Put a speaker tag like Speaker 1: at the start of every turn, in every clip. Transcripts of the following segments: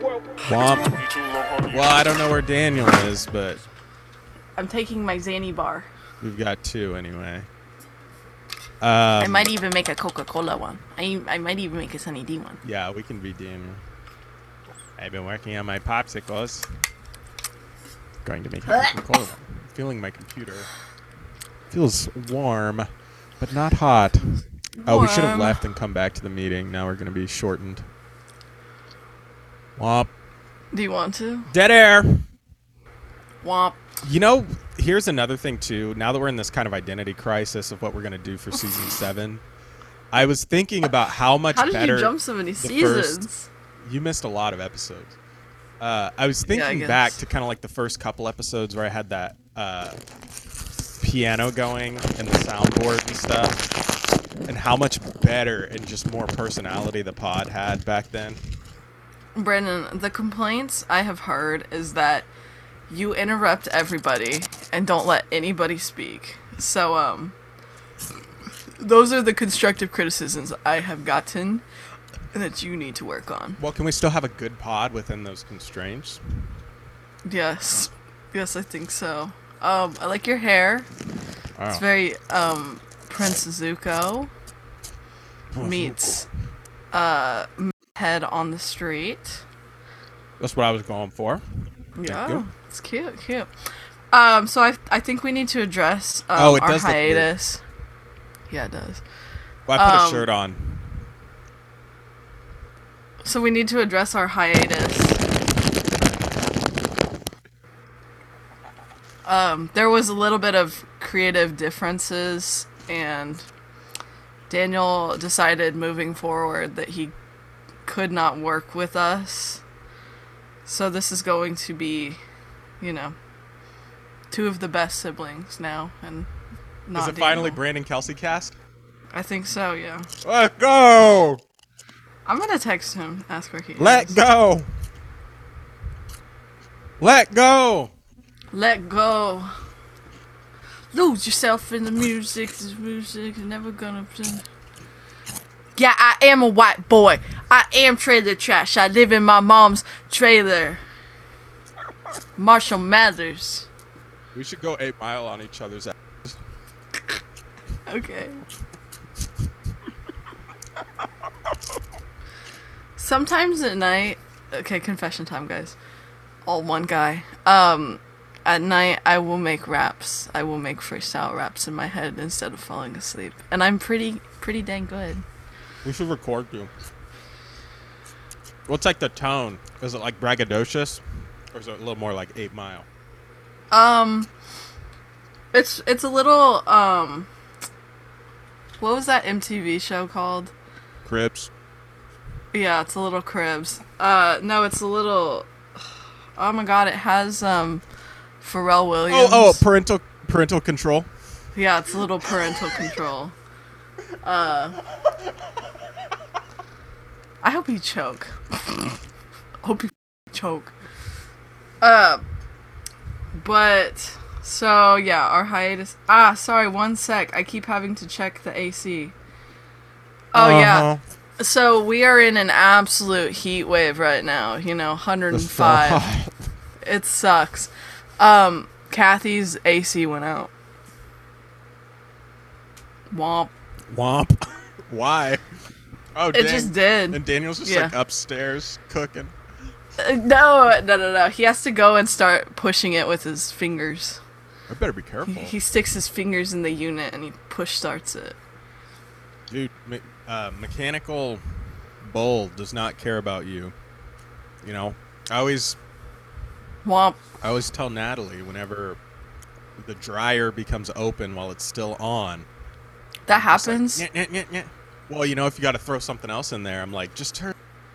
Speaker 1: Womp.
Speaker 2: You two long haul, you
Speaker 1: Well, I don't know where Daniel is, but
Speaker 3: I'm taking my Xanny bar.
Speaker 1: we've got two anyway.
Speaker 3: I
Speaker 1: Um,
Speaker 3: might even make a Coca-Cola one. I, I might even make a Sunny D one.
Speaker 1: Yeah, we can be Daniel. I've been working on my popsicles. Going to make it cold. Feeling my computer. Feels warm, but not hot. Oh, we should have
Speaker 3: Warm.
Speaker 1: left and come back to the meeting. Now we're going to be shortened. Womp.
Speaker 3: Do you want to?
Speaker 1: Dead air.
Speaker 3: Womp.
Speaker 1: You know, here's another thing too. Now that we're in this kind of identity crisis of what we're going to do for season seven, I was thinking about how much
Speaker 3: How did
Speaker 1: better
Speaker 3: you jump so many
Speaker 1: the
Speaker 3: seasons?
Speaker 1: you missed a lot of episodes. Uh, I was
Speaker 3: Yeah, I
Speaker 1: thinking back
Speaker 3: guess.
Speaker 1: to kind of like the first couple episodes where I had that uh, piano going and the soundboard and stuff, and how much better and just more personality the pod had back then.
Speaker 3: Brandon, the complaints I have heard is that you interrupt everybody and don't let anybody speak. So, um, those are the constructive criticisms I have gotten that you need to work on.
Speaker 1: Well, can we still have a good pod within those constraints?
Speaker 3: Yes. Yes, I think so. Um, I like your hair.
Speaker 1: Wow.
Speaker 3: It's very, um, Prince Zuko meets, uh, head on the street.
Speaker 1: That's what I was going for.
Speaker 3: Yeah,
Speaker 1: you.
Speaker 3: it's cute, cute. Um, so I, I think we need to address um,
Speaker 1: Oh, it
Speaker 3: our
Speaker 1: does look weird.
Speaker 3: hiatus. Yeah, it does.
Speaker 1: Well, I put a
Speaker 3: Um,
Speaker 1: shirt on.
Speaker 3: So we need to address our hiatus. Um, there was a little bit of creative differences, and Daniel decided moving forward that he could not work with us. So this is going to be, you know, two of the best siblings now, and not
Speaker 1: Is it finally
Speaker 3: Daniel.
Speaker 1: Brandon Kelsey cast?
Speaker 3: I think so. Yeah,
Speaker 1: Let go!
Speaker 3: I'm gonna text him, ask where he
Speaker 1: Let
Speaker 3: is.
Speaker 1: go! Let go!
Speaker 3: Let go. Lose yourself in the music. This music is never gonna. Yeah, I am a white boy. I am trailer trash. I live in my mom's trailer. Marshall Mathers.
Speaker 1: We should go eight mile on each other's. a-
Speaker 3: Okay. Sometimes at night, okay, confession time, guys. All one guy. Um, at night I will make raps. I will make freestyle raps in my head instead of falling asleep, and I'm pretty, pretty dang good.
Speaker 1: We should record you. What's like the tone? Is it like braggadocious, or is it a little more like eight mile?
Speaker 3: Um, it's it's a little um. What was that MTV show called?
Speaker 1: Cribs.
Speaker 3: Yeah, it's a little cribs. Uh, no, it's a little. Oh my god, it has um, Pharrell
Speaker 1: Oh,
Speaker 3: Williams.
Speaker 1: oh, parental parental control.
Speaker 3: yeah, it's a little parental control. Uh, I hope you choke. hope you choke. Uh, but so yeah, our hiatus. Ah, sorry, one sec. I keep having to check the AC. Oh yeah.
Speaker 1: Uh-huh.
Speaker 3: So we are in an absolute heat wave right now. You know, 105. It sucks. Um, Kathy's AC went out. Womp.
Speaker 1: Womp. Why? Oh,
Speaker 3: It
Speaker 1: dang.
Speaker 3: just did.
Speaker 1: And Daniel's just
Speaker 3: Yeah.
Speaker 1: like upstairs cooking.
Speaker 3: Uh, No, no, no, no. He has to go and start pushing it with his fingers.
Speaker 1: I better be
Speaker 3: He,
Speaker 1: careful,
Speaker 3: he sticks his fingers in the unit and he push starts it.
Speaker 1: dude. Me- uh, mechanical bull does not care about you. You know, I always
Speaker 3: Womp.
Speaker 1: I always tell Natalie whenever the dryer becomes open while it's still on.
Speaker 3: That
Speaker 1: just like,
Speaker 3: happens.
Speaker 1: "Nyeh, nyeh, nyeh, nyeh." Well, you know, if you got to throw something else in there, I'm like, just turn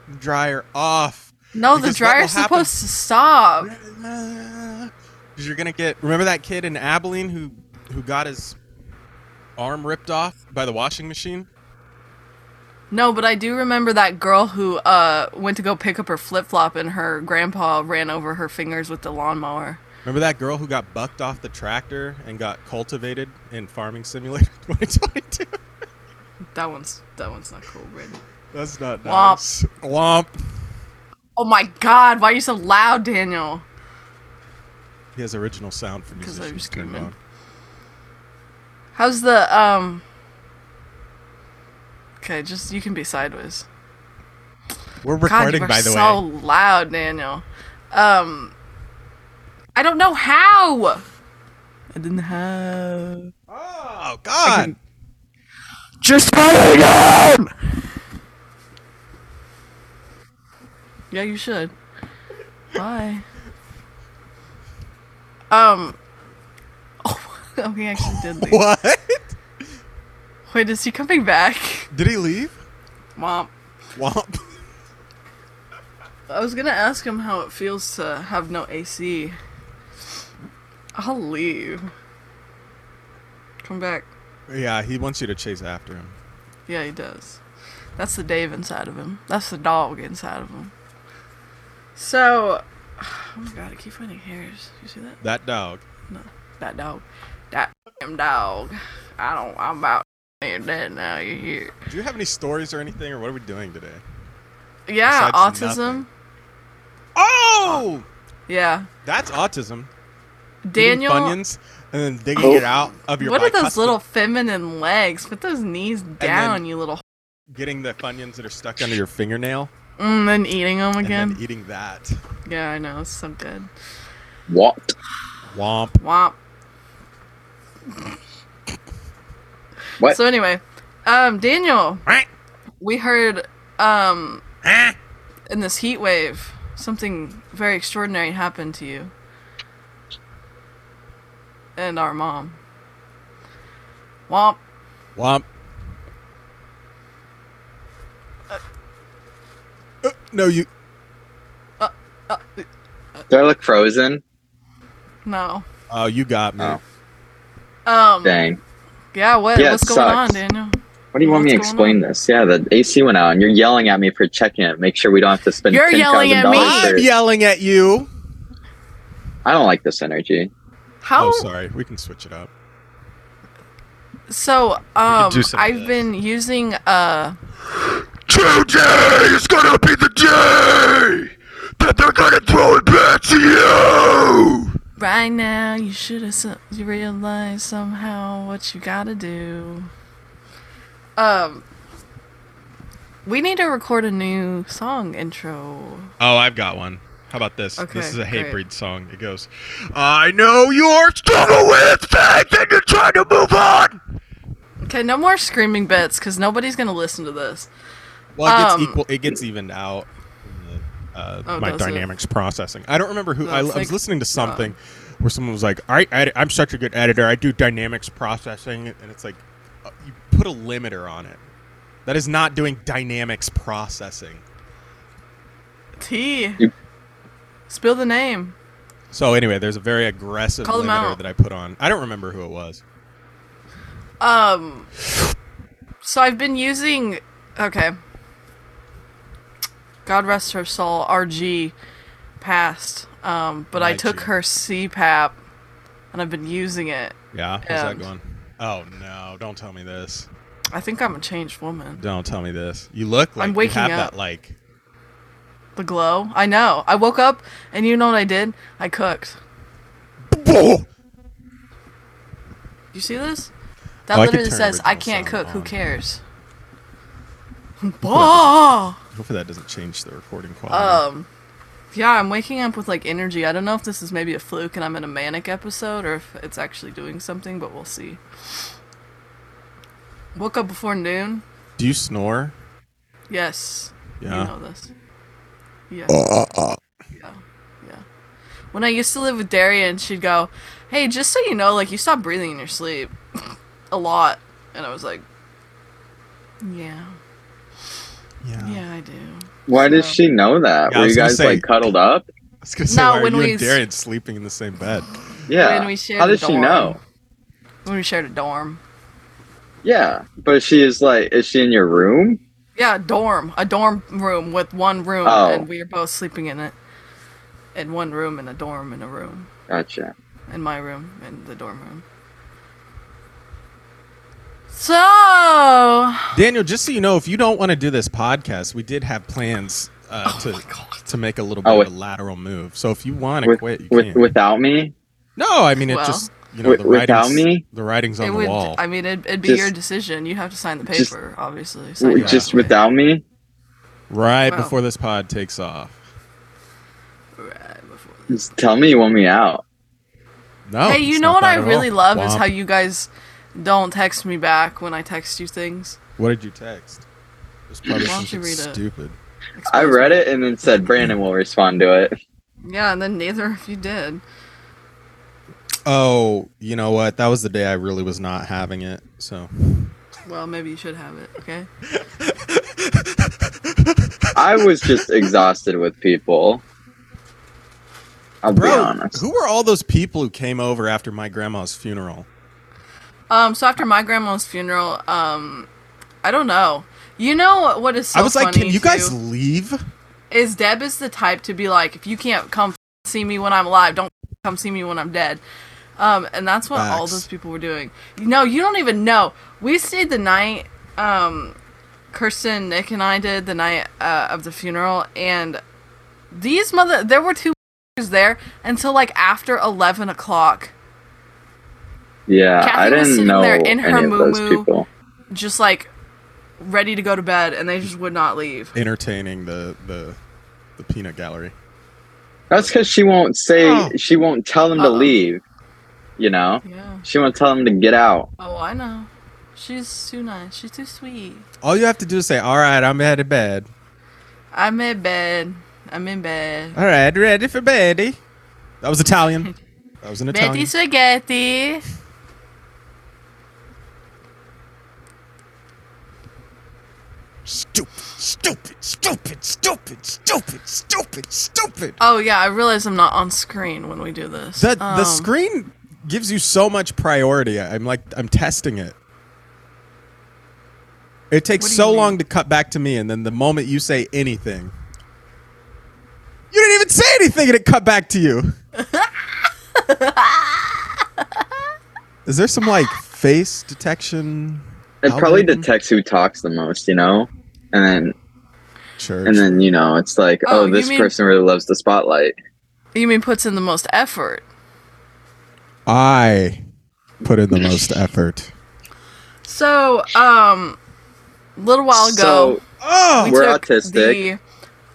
Speaker 1: the dryer off.
Speaker 3: no, the
Speaker 1: because what will
Speaker 3: dryer's
Speaker 1: happen-
Speaker 3: supposed to stop.
Speaker 1: Because you're gonna get. Remember that kid in Abilene who who got his arm ripped off by the washing machine?
Speaker 3: No, but I do remember that girl who uh, went to go pick up her flip flop and her grandpa ran over her fingers with the lawnmower.
Speaker 1: Remember that girl who got bucked off the tractor and got cultivated in Farming Simulator 2022?
Speaker 3: That one's that one's not cool, Brandon.
Speaker 1: That's not
Speaker 3: Womp.
Speaker 1: nice. Womp.
Speaker 3: Oh my god, why are you so loud, Daniel?
Speaker 1: He has original sound for
Speaker 3: 'Cause I'm
Speaker 1: musicians turned
Speaker 3: screaming.
Speaker 1: on.
Speaker 3: How's the um Okay, just you can be sideways.
Speaker 1: We're recording,
Speaker 3: God, you are
Speaker 1: by the
Speaker 3: so
Speaker 1: way.
Speaker 3: loud, Daniel. Um, I don't know how. I didn't have.
Speaker 1: Oh God!
Speaker 3: Just my name. Yeah, you should. Bye. Um. Oh, oh, he actually did leave.
Speaker 1: What?
Speaker 3: Wait, is he coming back?
Speaker 1: Did he leave?
Speaker 3: Mom,
Speaker 1: Womp.
Speaker 3: I was gonna ask him how it feels to have no AC. I'll leave. Come back.
Speaker 1: Yeah, he wants you to chase after him.
Speaker 3: Yeah, he does. That's the Dave inside of him. That's the dog inside of him. So, oh my god, I keep finding hairs. You see that?
Speaker 1: That dog.
Speaker 3: No, that dog. That damn dog. I don't. I'm about damn dead now. You hear?
Speaker 1: Do you have any stories or anything, or what are we doing today?
Speaker 3: Yeah,
Speaker 1: Besides
Speaker 3: autism.
Speaker 1: nothing. Oh,
Speaker 3: Yeah,
Speaker 1: that's autism. Eating
Speaker 3: Daniel.
Speaker 1: Funyuns, and then digging it out of your.
Speaker 3: What are those
Speaker 1: bicuspid-
Speaker 3: little feminine legs? Put those knees down, you little.
Speaker 1: Getting the funyuns that are stuck under your fingernail,
Speaker 3: Mm, then eating them
Speaker 1: and
Speaker 3: again.
Speaker 1: then eating that.
Speaker 3: yeah, I know. It's so good.
Speaker 2: What?
Speaker 1: Womp.
Speaker 3: Womp.
Speaker 2: What?
Speaker 3: So anyway, um, Daniel,
Speaker 1: Quack.
Speaker 3: we heard um
Speaker 1: Ah.
Speaker 3: in this heat wave something very extraordinary happened to you and our mom. Womp.
Speaker 1: Womp. Uh, no, you.
Speaker 3: Uh,
Speaker 2: Do I look frozen?
Speaker 3: no.
Speaker 1: Oh, you got me.
Speaker 2: Oh.
Speaker 3: Um.
Speaker 2: Dang.
Speaker 3: Yeah. What?
Speaker 2: Yeah, it
Speaker 3: what's going on,
Speaker 2: sucks.
Speaker 3: Daniel?
Speaker 1: Oh,
Speaker 2: What do you want me to
Speaker 3: What's going
Speaker 2: explain this? Yeah, the AC went out, and you're yelling at me for checking it. Make sure we don't have to spend.
Speaker 3: You're yelling at me.
Speaker 2: $10,000
Speaker 1: I'm
Speaker 2: for-
Speaker 1: yelling at you.
Speaker 2: I don't like this energy.
Speaker 3: How?
Speaker 1: Oh, sorry. We can switch it up.
Speaker 3: so um,
Speaker 1: could do some of
Speaker 3: I've
Speaker 1: this.
Speaker 3: been using uh.
Speaker 4: Today is gonna be the day that they're gonna throw it back to you.
Speaker 3: Right now, you should have some, you realize somehow what you gotta do. Um, we need to record a new song intro.
Speaker 1: Oh, I've got one. How about this?
Speaker 3: Okay,
Speaker 1: this is a
Speaker 3: great.
Speaker 1: hate breed song. It goes, I know your struggle with faith and you're trying to move on.
Speaker 3: Okay, no more screaming bits because nobody's gonna listen to this.
Speaker 1: Well, it
Speaker 3: Um,
Speaker 1: gets equal. It gets evened out. in the, Uh,
Speaker 3: Oh,
Speaker 1: my
Speaker 3: does it?
Speaker 1: dynamics processing. I don't remember who.
Speaker 3: No,
Speaker 1: I, I
Speaker 3: it's
Speaker 1: was
Speaker 3: like-
Speaker 1: listening to something where someone was like, I, I, "I'm such a good editor. I do dynamics processing," and it's like uh, you put a limiter on it. That is not doing dynamics processing.
Speaker 3: T.
Speaker 2: You-
Speaker 3: Spill the name.
Speaker 1: So anyway, there's a very aggressive
Speaker 3: Call them
Speaker 1: limiter
Speaker 3: out.
Speaker 1: that I put on. I don't remember who it was.
Speaker 3: Um, so I've been using. Okay. God rest her soul. RG passed. Um, but I took
Speaker 1: YG.
Speaker 3: her CPAP and I've been using it.
Speaker 1: Yeah, how's that
Speaker 3: And-
Speaker 1: going? Oh no! Don't tell me this.
Speaker 3: I think I'm a changed woman.
Speaker 1: Don't tell me this. You look like
Speaker 3: I'm waking
Speaker 1: you have
Speaker 3: up.
Speaker 1: that like.
Speaker 3: The glow. I know. I woke up and you know what I did? I cooked. You see this? That
Speaker 1: Oh, I could
Speaker 3: literally
Speaker 1: turn
Speaker 3: says I
Speaker 1: original
Speaker 3: can't
Speaker 1: sound
Speaker 3: cook. Who
Speaker 1: on.
Speaker 3: cares? Bah!
Speaker 1: Hopefully that doesn't change the recording quality.
Speaker 3: Um, yeah, I'm waking up with like energy. I don't know if this is maybe a fluke and I'm in a manic episode or if it's actually doing something, but we'll see. Woke up before noon.
Speaker 1: Do you snore?
Speaker 3: Yes.
Speaker 1: Yeah.
Speaker 3: You know this. Yeah. Yeah. Yeah. When I used to live with Darian, she'd go, Hey, just so you know, like, you stop breathing in your sleep a lot. And I was like, Yeah.
Speaker 1: yeah.
Speaker 3: Yeah, I do.
Speaker 2: Why does
Speaker 3: So-
Speaker 2: she know that?
Speaker 1: Yeah, I
Speaker 2: Were
Speaker 1: was
Speaker 2: you
Speaker 1: gonna
Speaker 2: guys
Speaker 1: say-
Speaker 2: like cuddled up?
Speaker 1: I was gonna say,
Speaker 3: No,
Speaker 1: why are
Speaker 3: when
Speaker 1: you
Speaker 3: we
Speaker 1: and
Speaker 3: s-
Speaker 1: Darian sleeping in the same bed?
Speaker 2: Yeah.
Speaker 3: When we shared
Speaker 2: How
Speaker 3: a
Speaker 2: does she
Speaker 3: dorm.
Speaker 2: know?
Speaker 3: When we shared a dorm.
Speaker 2: Yeah, but she is like, is she in your room?
Speaker 3: Yeah, a dorm. A dorm room with one room,
Speaker 2: Oh.
Speaker 3: and we were both sleeping in it. In one room, in a dorm, in a room.
Speaker 2: Gotcha.
Speaker 3: In my room, in the dorm room. So.
Speaker 1: Daniel, just so you know, if you don't want to do this podcast, we did have plans uh,
Speaker 3: Oh my
Speaker 1: to
Speaker 3: god.
Speaker 1: to make a little bit
Speaker 2: Oh,
Speaker 1: of a lateral move. So if you want to
Speaker 2: With,
Speaker 1: quit, you
Speaker 2: with,
Speaker 1: can.
Speaker 2: without me,
Speaker 1: no, I mean it
Speaker 3: Well.
Speaker 1: just you know
Speaker 2: With-
Speaker 1: the writing's
Speaker 2: without me?
Speaker 1: the writing's on
Speaker 3: It
Speaker 1: the
Speaker 3: would.
Speaker 1: wall.
Speaker 3: I mean, it'd, it'd be
Speaker 2: Just-
Speaker 3: your decision. You have to sign the paper,
Speaker 2: just-
Speaker 3: obviously. Sign
Speaker 2: w-
Speaker 3: it
Speaker 2: just
Speaker 3: anyway.
Speaker 2: without me.
Speaker 1: right
Speaker 3: Wow.
Speaker 1: before this pod takes off.
Speaker 3: Right before this.
Speaker 2: Just tell me you want me out.
Speaker 1: No.
Speaker 3: hey, you
Speaker 1: it's
Speaker 3: know
Speaker 1: not
Speaker 3: what I
Speaker 1: bad at all.
Speaker 3: really love is
Speaker 1: Womp.
Speaker 3: how you guys don't text me back when I text you things.
Speaker 1: What did you text? It's probably
Speaker 3: Why don't you
Speaker 1: something
Speaker 3: read it?
Speaker 1: stupid.
Speaker 2: I
Speaker 3: Expose
Speaker 2: read
Speaker 3: me.
Speaker 2: it and then said Brandon will respond to it.
Speaker 3: Yeah, and then neither of you did.
Speaker 1: Oh, you know what? That was the day I really was not having it. So
Speaker 3: Well, maybe you should have it. Okay.
Speaker 2: I was just exhausted with people. I'll
Speaker 1: Bro,
Speaker 2: be honest.
Speaker 1: who were all those people who came over after my grandma's funeral?
Speaker 3: Um. So after my grandma's funeral, um, I don't know. You know what is so
Speaker 1: I was like,
Speaker 3: funny,
Speaker 1: can you guys
Speaker 3: too?
Speaker 1: leave?
Speaker 3: is Deb is the type to be like, if you can't come f- see me when I'm alive, don't f- come see me when I'm dead. Um, and that's what all
Speaker 1: Facts.
Speaker 3: those people were doing. No, you don't even know. We stayed the night. Um, Kirsten, Nick, and I did the night uh, of the funeral, and these mother there were two there until like after eleven o'clock.
Speaker 2: Yeah,
Speaker 3: Kathy
Speaker 2: I
Speaker 3: was
Speaker 2: didn't
Speaker 3: sitting
Speaker 2: know
Speaker 3: there in her
Speaker 2: any of those
Speaker 3: muumuu.
Speaker 2: people.
Speaker 3: just like ready to go to bed and they just would not leave.
Speaker 1: Entertaining the the, the peanut gallery.
Speaker 2: That's because she won't say
Speaker 1: Oh.
Speaker 2: she won't tell them to
Speaker 3: Uh-oh.
Speaker 2: leave. You know,
Speaker 3: Yeah.
Speaker 2: she won't tell them to get out.
Speaker 3: Oh, I know. She's too nice. She's too sweet.
Speaker 1: All you have to do is say, "All right, I'm headed to bed.
Speaker 3: I'm in bed. I'm in bed.
Speaker 1: All right, ready for beddy." That was Italian. That was an
Speaker 3: Betty
Speaker 1: Italian.
Speaker 3: spaghetti.
Speaker 1: Stupid, stupid, stupid, stupid, stupid, stupid, stupid.
Speaker 3: Oh yeah, I realize I'm not on screen when we do this.
Speaker 1: The the
Speaker 3: Um,
Speaker 1: screen gives you so much priority. I'm like I'm testing it. It takes
Speaker 3: What do
Speaker 1: so
Speaker 3: you mean?
Speaker 1: long to cut back to me, and then the moment you say anything, you didn't even say anything, and it cut back to you. Is there some like face detection?
Speaker 2: It probably
Speaker 1: algorithm?
Speaker 2: detects who talks the most. You know, and then
Speaker 1: Church.
Speaker 2: and then you know it's like,
Speaker 3: Oh,
Speaker 2: oh,
Speaker 3: you
Speaker 2: this
Speaker 3: mean-
Speaker 2: person really loves the spotlight.
Speaker 3: You mean puts in the most effort?
Speaker 1: I put in the most effort.
Speaker 3: So, um, little while ago,
Speaker 2: So
Speaker 1: Oh,
Speaker 3: we
Speaker 2: we're
Speaker 3: took
Speaker 2: autistic.
Speaker 3: the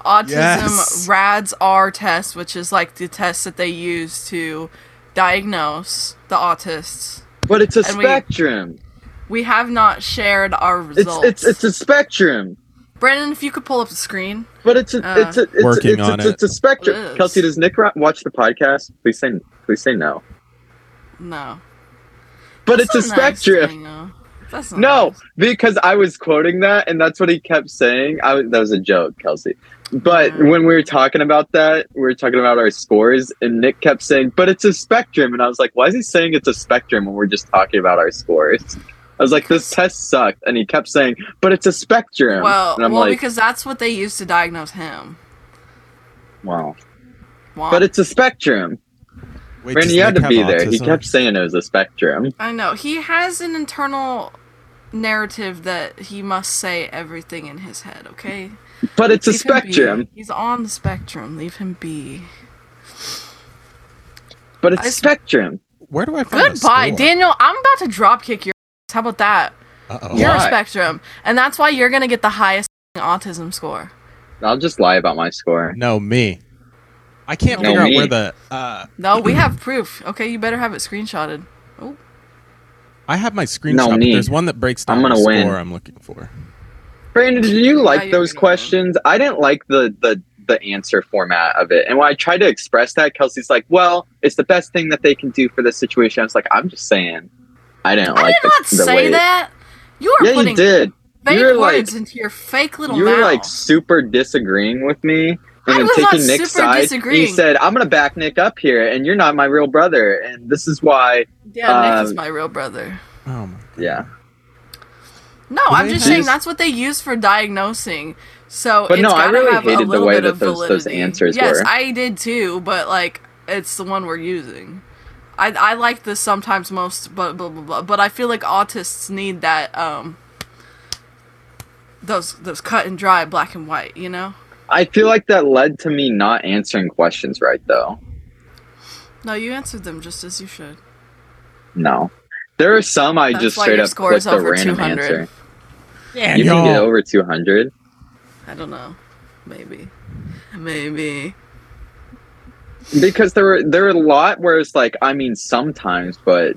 Speaker 3: autism
Speaker 1: Yes.
Speaker 3: RADS R test, which is like the test that they use to diagnose the autists.
Speaker 2: But it's a
Speaker 3: And we-
Speaker 2: spectrum.
Speaker 3: We have not shared our
Speaker 2: It's
Speaker 3: results.
Speaker 2: it's it's a spectrum.
Speaker 3: Brandon, if you could pull up the screen.
Speaker 2: But it's a
Speaker 3: Uh.
Speaker 2: it's a it's
Speaker 1: Working
Speaker 2: a, it's, a,
Speaker 1: on
Speaker 2: it's, a, it's a spectrum.
Speaker 3: It is.
Speaker 2: Kelsey, does Nick Ro- watch the podcast? Please say please say no.
Speaker 3: No.
Speaker 2: But
Speaker 3: That's
Speaker 2: it's a
Speaker 3: not nice,
Speaker 2: spectrum.
Speaker 3: I know. That's not
Speaker 2: No,
Speaker 3: nice.
Speaker 2: because I was quoting that, and that's what he kept saying. I was, that was a joke, Kelsey. But
Speaker 3: Yeah.
Speaker 2: when we were talking about that, we were talking about our scores, and Nick kept saying, "But it's a spectrum," and I was like, "Why is he saying it's a spectrum when we're just talking about our scores?" I was like, "This test sucked," and he kept saying, "But it's a spectrum."
Speaker 3: Well,
Speaker 2: and I'm
Speaker 3: well,
Speaker 2: like,
Speaker 3: because that's what they used to diagnose him.
Speaker 2: "Wow."
Speaker 3: Womp.
Speaker 2: But it's a spectrum.
Speaker 1: Wait,
Speaker 2: Brandon,
Speaker 1: does
Speaker 2: you had
Speaker 1: Nick
Speaker 2: to
Speaker 1: have
Speaker 2: be there. He
Speaker 1: autism?
Speaker 2: kept saying it was a spectrum.
Speaker 3: I know he has an internal narrative that he must say everything in his head. Okay,
Speaker 2: But it's a
Speaker 3: Leave him be.
Speaker 2: spectrum.
Speaker 3: He's on the spectrum. Leave him be.
Speaker 2: But it's
Speaker 3: I
Speaker 2: a
Speaker 3: s-
Speaker 2: spectrum.
Speaker 1: Where do I find a
Speaker 3: Goodbye,
Speaker 1: score?
Speaker 3: Daniel. I'm about to drop kick your. ass. How about that?
Speaker 1: Uh-oh.
Speaker 3: You're a
Speaker 2: Why?
Speaker 3: spectrum, and that's why you're gonna get the highest autism score.
Speaker 2: I'll just lie about my score.
Speaker 1: No, me. I can't
Speaker 2: No,
Speaker 1: figure
Speaker 2: me.
Speaker 1: out where the. Uh,
Speaker 3: No, we have proof. Okay, you better have it screenshotted. Oh,
Speaker 1: I have my screenshot.
Speaker 2: No,
Speaker 1: but
Speaker 2: me.
Speaker 1: There's one that breaks down
Speaker 2: I'm gonna
Speaker 1: the
Speaker 2: win.
Speaker 1: score I'm looking for.
Speaker 2: Brandon, did you
Speaker 3: you're
Speaker 2: like those
Speaker 3: gonna win.
Speaker 2: questions? I didn't like the the the answer format of it. And when I tried to express that, Kelsey's like, "Well, it's the best thing that they can do for this situation." I was like, "I'm just saying." I didn't
Speaker 3: I
Speaker 2: like
Speaker 3: did
Speaker 2: the,
Speaker 3: not
Speaker 2: the
Speaker 3: say
Speaker 2: way.
Speaker 3: that. You are
Speaker 2: Yeah,
Speaker 3: putting
Speaker 2: you did.
Speaker 3: fake
Speaker 2: You were like-
Speaker 3: words into your fake little
Speaker 2: You
Speaker 3: mouth.
Speaker 2: were like super disagreeing with
Speaker 3: I
Speaker 2: me. And then
Speaker 3: was not
Speaker 2: taking Nick's
Speaker 3: super
Speaker 2: side,
Speaker 3: disagreeing.
Speaker 2: he said, "I'm gonna back Nick up here, and you're not my real brother, and this is why."
Speaker 3: yeah, Nick is
Speaker 2: um,
Speaker 3: my real brother.
Speaker 1: Oh my. God.
Speaker 2: Yeah,
Speaker 3: No,
Speaker 1: But
Speaker 3: I'm
Speaker 1: they
Speaker 3: just
Speaker 2: have-
Speaker 3: saying that's what they use for diagnosing. So,
Speaker 2: But
Speaker 3: it's
Speaker 2: no, I
Speaker 3: gotta
Speaker 2: really
Speaker 3: have a
Speaker 2: hated the
Speaker 3: little
Speaker 2: way
Speaker 3: bit
Speaker 2: that
Speaker 3: of
Speaker 2: those- those
Speaker 3: validity.
Speaker 2: answers
Speaker 3: yes,
Speaker 2: were.
Speaker 3: I did too, but like it's the one we're using. I I like this sometimes most, but blah, blah, blah, but I feel like autists need that um those those cut and dry black and white, you know.
Speaker 2: I feel like that led to me not answering questions right though.
Speaker 3: No, you answered them just as you should.
Speaker 2: No. There are some I
Speaker 3: That's
Speaker 2: just
Speaker 3: why
Speaker 2: straight
Speaker 3: your
Speaker 2: up
Speaker 3: score
Speaker 2: clicked
Speaker 3: is
Speaker 2: the
Speaker 3: over
Speaker 2: random
Speaker 3: 200.
Speaker 2: answer.
Speaker 1: Yeah,
Speaker 2: You can get over 200.
Speaker 3: I don't know. Maybe. Maybe.
Speaker 2: because there were there were a lot where it's like I mean sometimes, but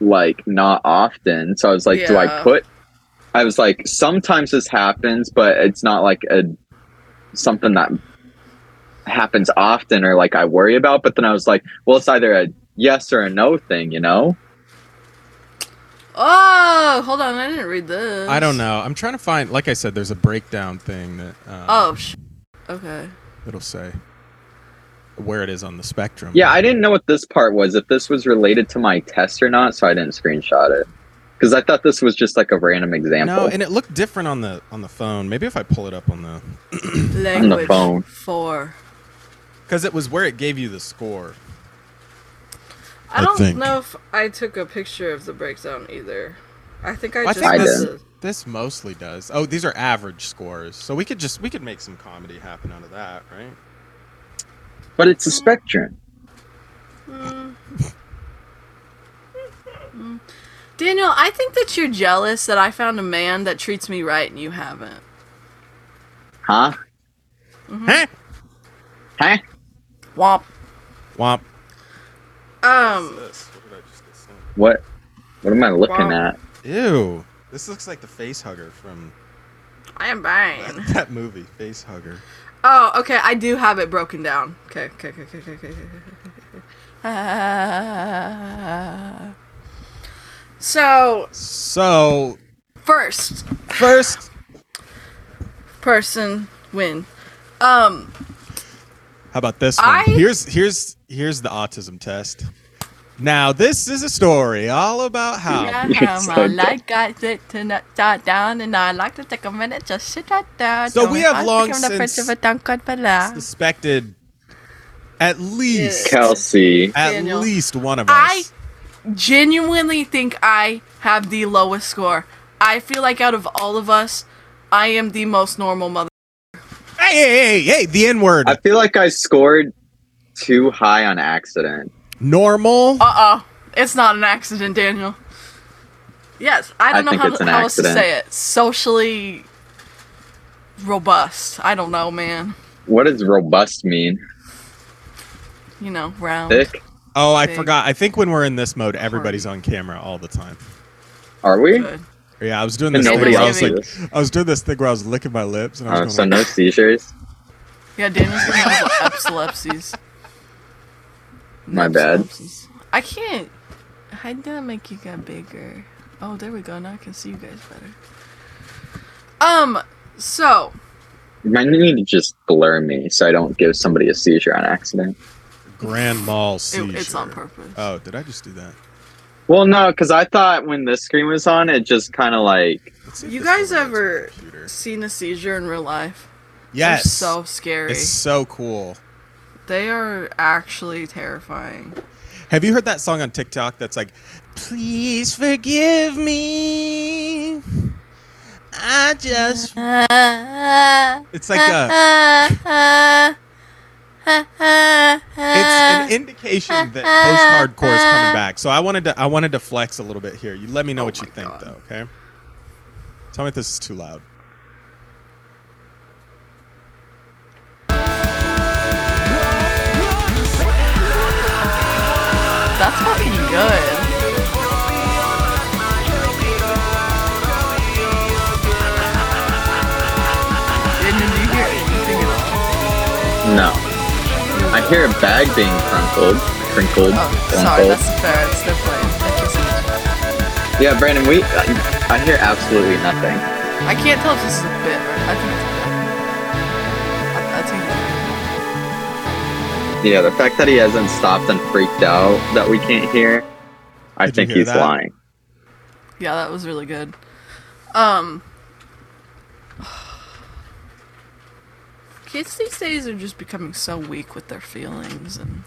Speaker 2: like not often. So I was like, do I
Speaker 3: Yeah.
Speaker 2: put? I was like, sometimes this happens, but it's not like a something that happens often or like I worry about. But then I was like, well, it's either a yes or a no thing, you know?
Speaker 3: Oh, hold on. I didn't read this.
Speaker 1: I don't know. I'm trying to find. Like I said, there's a breakdown thing that um,
Speaker 3: Oh, sh- okay.
Speaker 1: it'll say where it is on the spectrum.
Speaker 2: Yeah, I didn't know what this part was if this was related to my test or not, so I didn't screenshot it because I thought this was just like a random example.
Speaker 1: No, and it looked different on the on the phone. Maybe if I pull it up on the
Speaker 3: Language
Speaker 2: phone.
Speaker 3: four.
Speaker 1: because it was where it gave you the score.
Speaker 3: I
Speaker 1: I
Speaker 3: don't
Speaker 1: think.
Speaker 3: know if I took a picture of the breakdown either. I think I
Speaker 1: I
Speaker 3: just
Speaker 1: think
Speaker 2: I
Speaker 3: did.
Speaker 1: this, this mostly does. Oh, these are average scores, so we could just we could make some comedy happen out of that, right?
Speaker 2: but it's a spectrum.
Speaker 3: Daniel, I think that you're jealous that I found a man that treats me right and you haven't.
Speaker 2: Huh?
Speaker 3: Mm-hmm.
Speaker 1: Huh?
Speaker 2: Huh?
Speaker 3: Womp.
Speaker 1: Womp.
Speaker 3: Um,
Speaker 2: What? What am I looking
Speaker 3: Wow.
Speaker 2: at?
Speaker 1: Ew. This looks like the face hugger from
Speaker 3: I am buying.
Speaker 1: that, that movie, Face Hugger.
Speaker 3: Oh, okay. I do have it broken down. Okay, okay, okay, okay, okay, okay. okay, okay. Ah. So,
Speaker 1: So
Speaker 3: first
Speaker 1: first,
Speaker 3: person win. Um,
Speaker 1: how about this one?
Speaker 3: I-
Speaker 1: Here's here's here's the autism test. Now this is a story all about how
Speaker 2: you're
Speaker 3: yeah, um,
Speaker 2: so
Speaker 3: I
Speaker 2: dumb.
Speaker 3: like got it to not die down, and I like to take a minute to sit that down.
Speaker 1: So we have
Speaker 3: I
Speaker 1: long
Speaker 3: think I'm the prince
Speaker 1: since-
Speaker 3: of a dunk on Bella.
Speaker 1: suspected at least
Speaker 3: Yeah.
Speaker 2: Kelsey.
Speaker 1: at
Speaker 3: Daniel.
Speaker 1: least one of us.
Speaker 3: I genuinely think I have the lowest score. I feel like out of all of us, I am the most normal mother.
Speaker 1: Hey, hey, hey, hey, the N word.
Speaker 2: I feel like I scored too high on accident.
Speaker 1: Normal.
Speaker 3: Uh oh. It's not an accident, Daniel. Yes, I
Speaker 2: I
Speaker 3: don't
Speaker 2: think
Speaker 3: know how,
Speaker 2: it's an
Speaker 3: to, how else to
Speaker 2: accident.
Speaker 3: say it. Socially robust. I don't know, man.
Speaker 2: What does robust mean?
Speaker 3: You know, round.
Speaker 2: Thick?
Speaker 1: Oh, I
Speaker 3: Big.
Speaker 1: forgot. I think when we're in this mode, everybody's on camera all the time.
Speaker 2: Are we?
Speaker 3: Good.
Speaker 1: Yeah, I was doing
Speaker 2: And
Speaker 1: this thing
Speaker 2: nobody
Speaker 1: where I
Speaker 2: else
Speaker 1: was like,
Speaker 2: is.
Speaker 1: I was doing this thing where I was licking my lips and I was
Speaker 2: Uh,
Speaker 1: going
Speaker 2: so
Speaker 1: like,
Speaker 2: no seizures.
Speaker 3: Yeah, Daniel's gonna have like, epilepsies.
Speaker 2: My bad.
Speaker 3: Epilepsies. I can't. How did I make you get bigger? Oh, there we go. Now I can see you guys better. Um. So
Speaker 2: You might need to just blur me so I don't give somebody a seizure on accident.
Speaker 1: grand mal
Speaker 3: it,
Speaker 1: seizure.
Speaker 3: it's on purpose.
Speaker 1: Oh, did I just do that?
Speaker 2: Well, no, because I thought when this screen was on, it just kind of like
Speaker 1: Let's see if
Speaker 3: You
Speaker 1: this overlays
Speaker 3: guys
Speaker 1: my
Speaker 3: ever
Speaker 1: computer.
Speaker 3: seen a seizure in real life?
Speaker 1: Yes.
Speaker 3: They're so scary.
Speaker 1: it's so cool.
Speaker 3: They are actually terrifying.
Speaker 1: Have you heard that song on TikTok that's like, "Please forgive me, I just." It's like a. It's an indication that post-hardcore is coming back. So I wanted to I wanted to flex a little bit here. You let me know what you
Speaker 3: Oh my
Speaker 1: think
Speaker 3: God.
Speaker 1: though, okay? Tell me if this is too loud.
Speaker 3: That's fucking good. Didn't you hear anything at all?
Speaker 2: no. I hear a bag being crunkled, crinkled,
Speaker 3: Oh, sorry,
Speaker 2: crunkled.
Speaker 3: that's the ferrets. They're playing. That just is-
Speaker 2: Yeah, Brandon, we. I, I hear absolutely nothing.
Speaker 3: I can't tell if this is a bit. Or I think it's a bit. I, I think
Speaker 2: Yeah, the fact that he hasn't stopped and freaked out that we can't hear, I
Speaker 1: Did you
Speaker 2: think
Speaker 1: hear
Speaker 2: he's
Speaker 1: that?
Speaker 2: lying.
Speaker 3: yeah, that was really good. Um, kids these days are just becoming so weak with their feelings and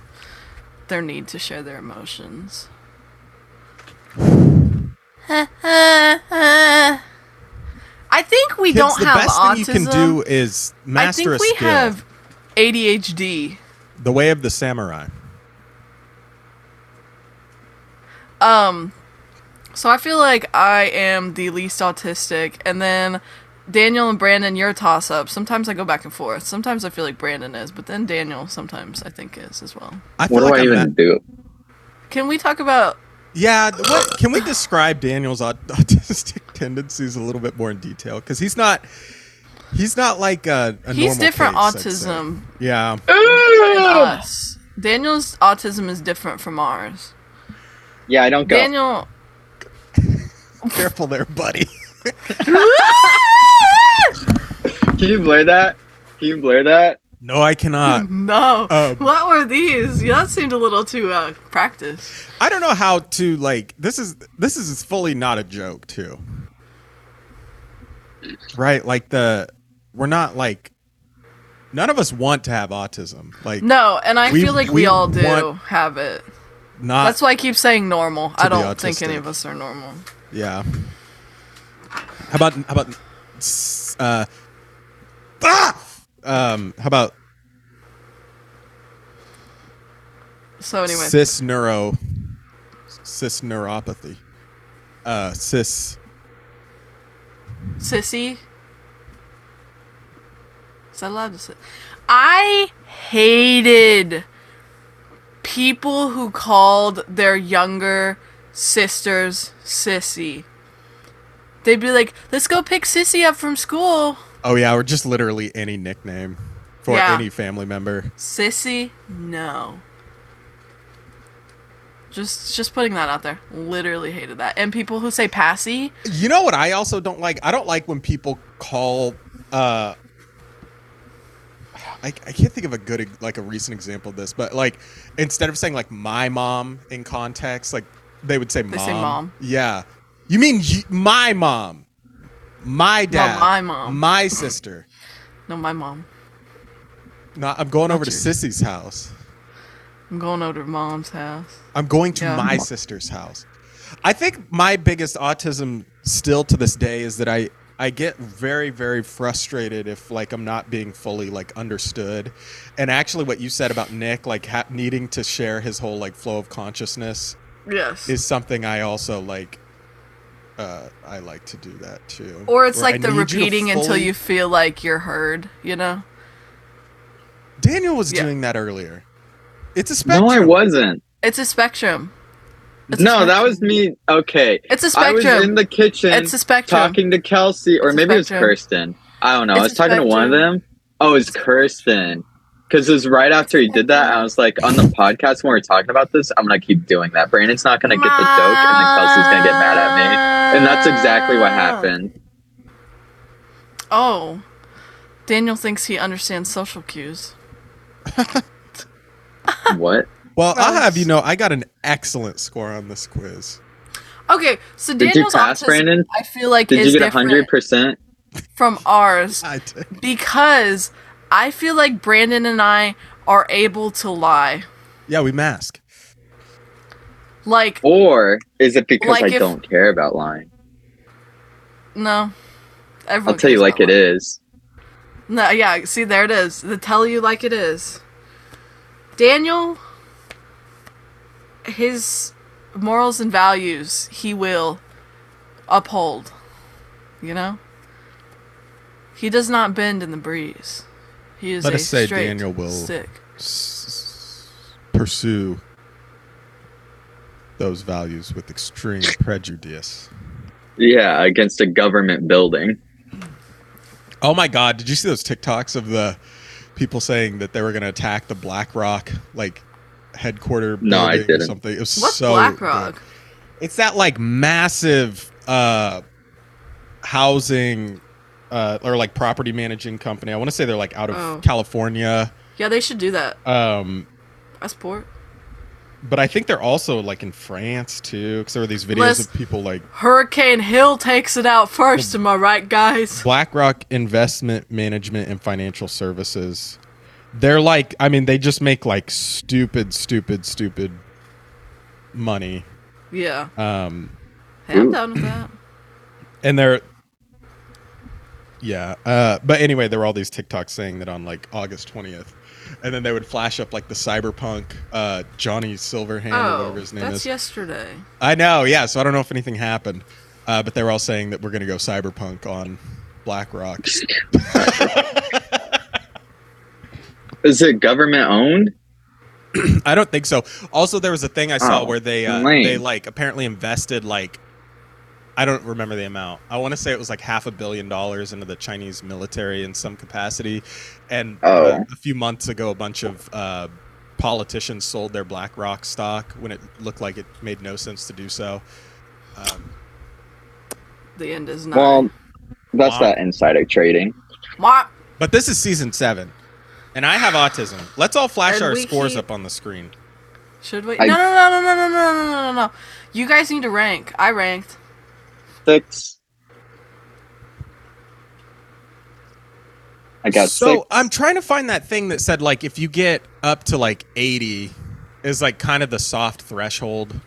Speaker 3: their need to share their emotions. I I think we
Speaker 1: Kids,
Speaker 3: don't
Speaker 1: the
Speaker 3: have
Speaker 1: best thing you
Speaker 3: autism.
Speaker 1: can do is master
Speaker 3: I think we
Speaker 1: a skill.
Speaker 3: have ADHD.
Speaker 1: The way of the samurai.
Speaker 3: Um, so I feel like I am the least autistic, and then Daniel and Brandon, you're a toss up. Sometimes I go back and forth. Sometimes I feel like Brandon is, but then Daniel sometimes I think is as well.
Speaker 1: I feel
Speaker 2: What do
Speaker 1: like
Speaker 2: I
Speaker 1: I'm
Speaker 2: even
Speaker 1: that-
Speaker 2: do?
Speaker 3: Can we talk about?
Speaker 1: Yeah, th- what, can we describe Daniel's aut- autistic tendencies a little bit more in detail? Because he's not, he's not like a, a
Speaker 3: He's
Speaker 1: normal
Speaker 3: different
Speaker 1: case, I'd say.
Speaker 3: autism
Speaker 1: Yeah,
Speaker 3: than us. Daniel's autism is different from ours.
Speaker 2: Yeah, I don't go.
Speaker 3: Daniel,
Speaker 1: careful there, buddy.
Speaker 2: Can you blur that? Can you blur that?
Speaker 1: no, I cannot.
Speaker 3: no.
Speaker 1: um,
Speaker 3: what were these? Yeah, that seemed a little too uh, practiced.
Speaker 1: I don't know how to like. This is this is fully not a joke too. Right, like the we're not like none of us want to have autism. Like
Speaker 3: No, and I
Speaker 1: We-
Speaker 3: feel like we,
Speaker 1: we
Speaker 3: all do
Speaker 1: want-
Speaker 3: have it.
Speaker 1: not
Speaker 3: That's why I keep saying normal. I
Speaker 1: be
Speaker 3: don't think any
Speaker 1: autistic.
Speaker 3: of us are normal.
Speaker 1: Yeah. How about how about s- uh ah! um how about
Speaker 3: So anyway,
Speaker 1: cis neuro cis neuropathy uh cis
Speaker 3: sissy. Is that allowed to say? I hated people who called their younger sisters sissy. They'd be like, "Let's go pick sissy up from school."
Speaker 1: oh yeah or just literally any nickname for
Speaker 3: Yeah.
Speaker 1: any family member
Speaker 3: Sissy, no. Just just putting that out there. Literally hated that. And people who say passy,
Speaker 1: you know what i also don't like i don't like when people call uh I, I can't think of a good ex- like a recent example of this but like instead of saying like my mom in context like they would say mom
Speaker 3: They say mom.
Speaker 1: yeah you mean y- my mom my dad
Speaker 3: my mom.
Speaker 1: my sister
Speaker 3: no, my mom.
Speaker 1: no i'm going over to
Speaker 3: your-
Speaker 1: sissy's house
Speaker 3: I'm going over to mom's house.
Speaker 1: I'm going to
Speaker 3: Yeah.
Speaker 1: my sister's house. I think my biggest autism still to this day is that I I get very very frustrated if like I'm not being fully like understood. And actually what you said about Nick like ha- needing to share his whole like flow of consciousness
Speaker 3: Yes.
Speaker 1: is something I also like uh I like to do that too.
Speaker 3: or it's
Speaker 1: Where I
Speaker 3: like the
Speaker 1: need you to
Speaker 3: repeating until
Speaker 1: fully-
Speaker 3: you feel like you're heard, you know?
Speaker 1: Daniel was
Speaker 3: Yeah.
Speaker 1: doing that earlier. It's a
Speaker 2: No,
Speaker 1: spectrum.
Speaker 2: I wasn't.
Speaker 3: It's a spectrum. It's a
Speaker 2: no, that
Speaker 3: spectrum.
Speaker 2: was me. Okay.
Speaker 3: It's a
Speaker 2: I was
Speaker 3: spectrum.
Speaker 2: in the kitchen
Speaker 3: it's a spectrum.
Speaker 2: talking to Kelsey, or
Speaker 3: It's a
Speaker 2: maybe it was
Speaker 3: spectrum.
Speaker 2: Kirsten. I don't know.
Speaker 3: It's
Speaker 2: I was
Speaker 3: a
Speaker 2: talking to one of them. Oh, it's Kirsten. Because it was right after he did that, I was like, on the podcast when we are talking about this, I'm gonna keep doing that. Brandon's not gonna get the joke, and then Kelsey's gonna get mad at me, and that's exactly what happened.
Speaker 3: Oh. Daniel thinks he understands social cues.
Speaker 2: What?
Speaker 1: well, I'll
Speaker 3: Gross.
Speaker 1: have you know I got an excellent score on this quiz.
Speaker 3: Okay, so
Speaker 2: Did you
Speaker 3: Daniel's
Speaker 2: pass,
Speaker 3: autism,
Speaker 2: Brandon?
Speaker 3: I feel like
Speaker 2: Did
Speaker 3: is
Speaker 2: you get
Speaker 3: different
Speaker 2: hundred percent?
Speaker 3: from ours
Speaker 1: I did.
Speaker 3: because I feel like Brandon and I are able to lie.
Speaker 1: Yeah, we mask.
Speaker 3: Like
Speaker 2: Or is it because
Speaker 3: Like
Speaker 2: I
Speaker 3: if-
Speaker 2: don't care about lying?
Speaker 3: no. Everyone
Speaker 2: I'll tell you
Speaker 3: cares
Speaker 2: like
Speaker 3: about
Speaker 2: it
Speaker 3: lying.
Speaker 2: is.
Speaker 3: No, yeah, see, there it is. The tell you like it is. Daniel, his morals and values, he will uphold. You know? He does not bend in the breeze. He is
Speaker 1: Let
Speaker 3: a
Speaker 1: us say
Speaker 3: straight
Speaker 1: Daniel will-
Speaker 3: stick.
Speaker 1: s- pursue those values with extreme prejudice.
Speaker 2: Yeah, against a government building.
Speaker 1: Oh my God! Did you see those TikToks of the people saying that they were going to attack the BlackRock like headquarter
Speaker 2: No, I
Speaker 1: building or
Speaker 2: didn't.
Speaker 1: something? It was
Speaker 3: What's
Speaker 1: so
Speaker 3: BlackRock?
Speaker 1: good. It's that like massive uh, housing uh, or like property managing company. I want to say they're like out of
Speaker 3: Oh.
Speaker 1: California.
Speaker 3: Yeah, they should do that.
Speaker 1: Um,
Speaker 3: That's poor.
Speaker 1: but I think they're also like in France too, because there were these videos
Speaker 3: Let's-
Speaker 1: of people like
Speaker 3: Hurricane Hill takes it out first, am I right, guys?
Speaker 1: BlackRock Investment Management and Financial Services. They're like, I mean, they just make like stupid, stupid, stupid money.
Speaker 3: Yeah.
Speaker 1: Um,
Speaker 3: Hey, I'm down with that.
Speaker 1: and they're Yeah. Uh, but anyway, there were all these TikToks saying that on like August 20th. And then they would flash up like the cyberpunk uh, Johnny Silverhand or
Speaker 3: oh,
Speaker 1: whatever his name
Speaker 3: that's
Speaker 1: is.
Speaker 3: yesterday.
Speaker 1: I know, yeah. So I don't know if anything happened. Uh, but they were all saying that we're going to go cyberpunk on Black Rock.
Speaker 2: Is it government owned?
Speaker 1: I don't think so. Also, there was a thing I saw
Speaker 2: Oh,
Speaker 1: where they uh,
Speaker 2: lame.
Speaker 1: they like apparently invested like I don't remember the amount. I want to say it was like half a billion dollars into the Chinese military in some capacity. And uh,
Speaker 2: Oh.
Speaker 1: a few months ago, a bunch of uh, politicians sold their BlackRock stock when it looked like it made no sense to do so. Um,
Speaker 3: The end is not.
Speaker 2: Well, that's
Speaker 1: Wow.
Speaker 2: that insider trading.
Speaker 3: Mwah.
Speaker 1: but this is season seven, and I have autism. Let's all flash
Speaker 3: And
Speaker 1: our
Speaker 3: we
Speaker 1: scores
Speaker 3: keep-
Speaker 1: up on the screen.
Speaker 3: Should we?
Speaker 2: I-
Speaker 3: No, no, no, no, no, no, no, no, no, no, no. You guys need to rank. I ranked.
Speaker 2: Six. I got
Speaker 1: so
Speaker 2: six.
Speaker 1: I'm trying to find that thing that said like if you get up to like 80 is like kind of the soft threshold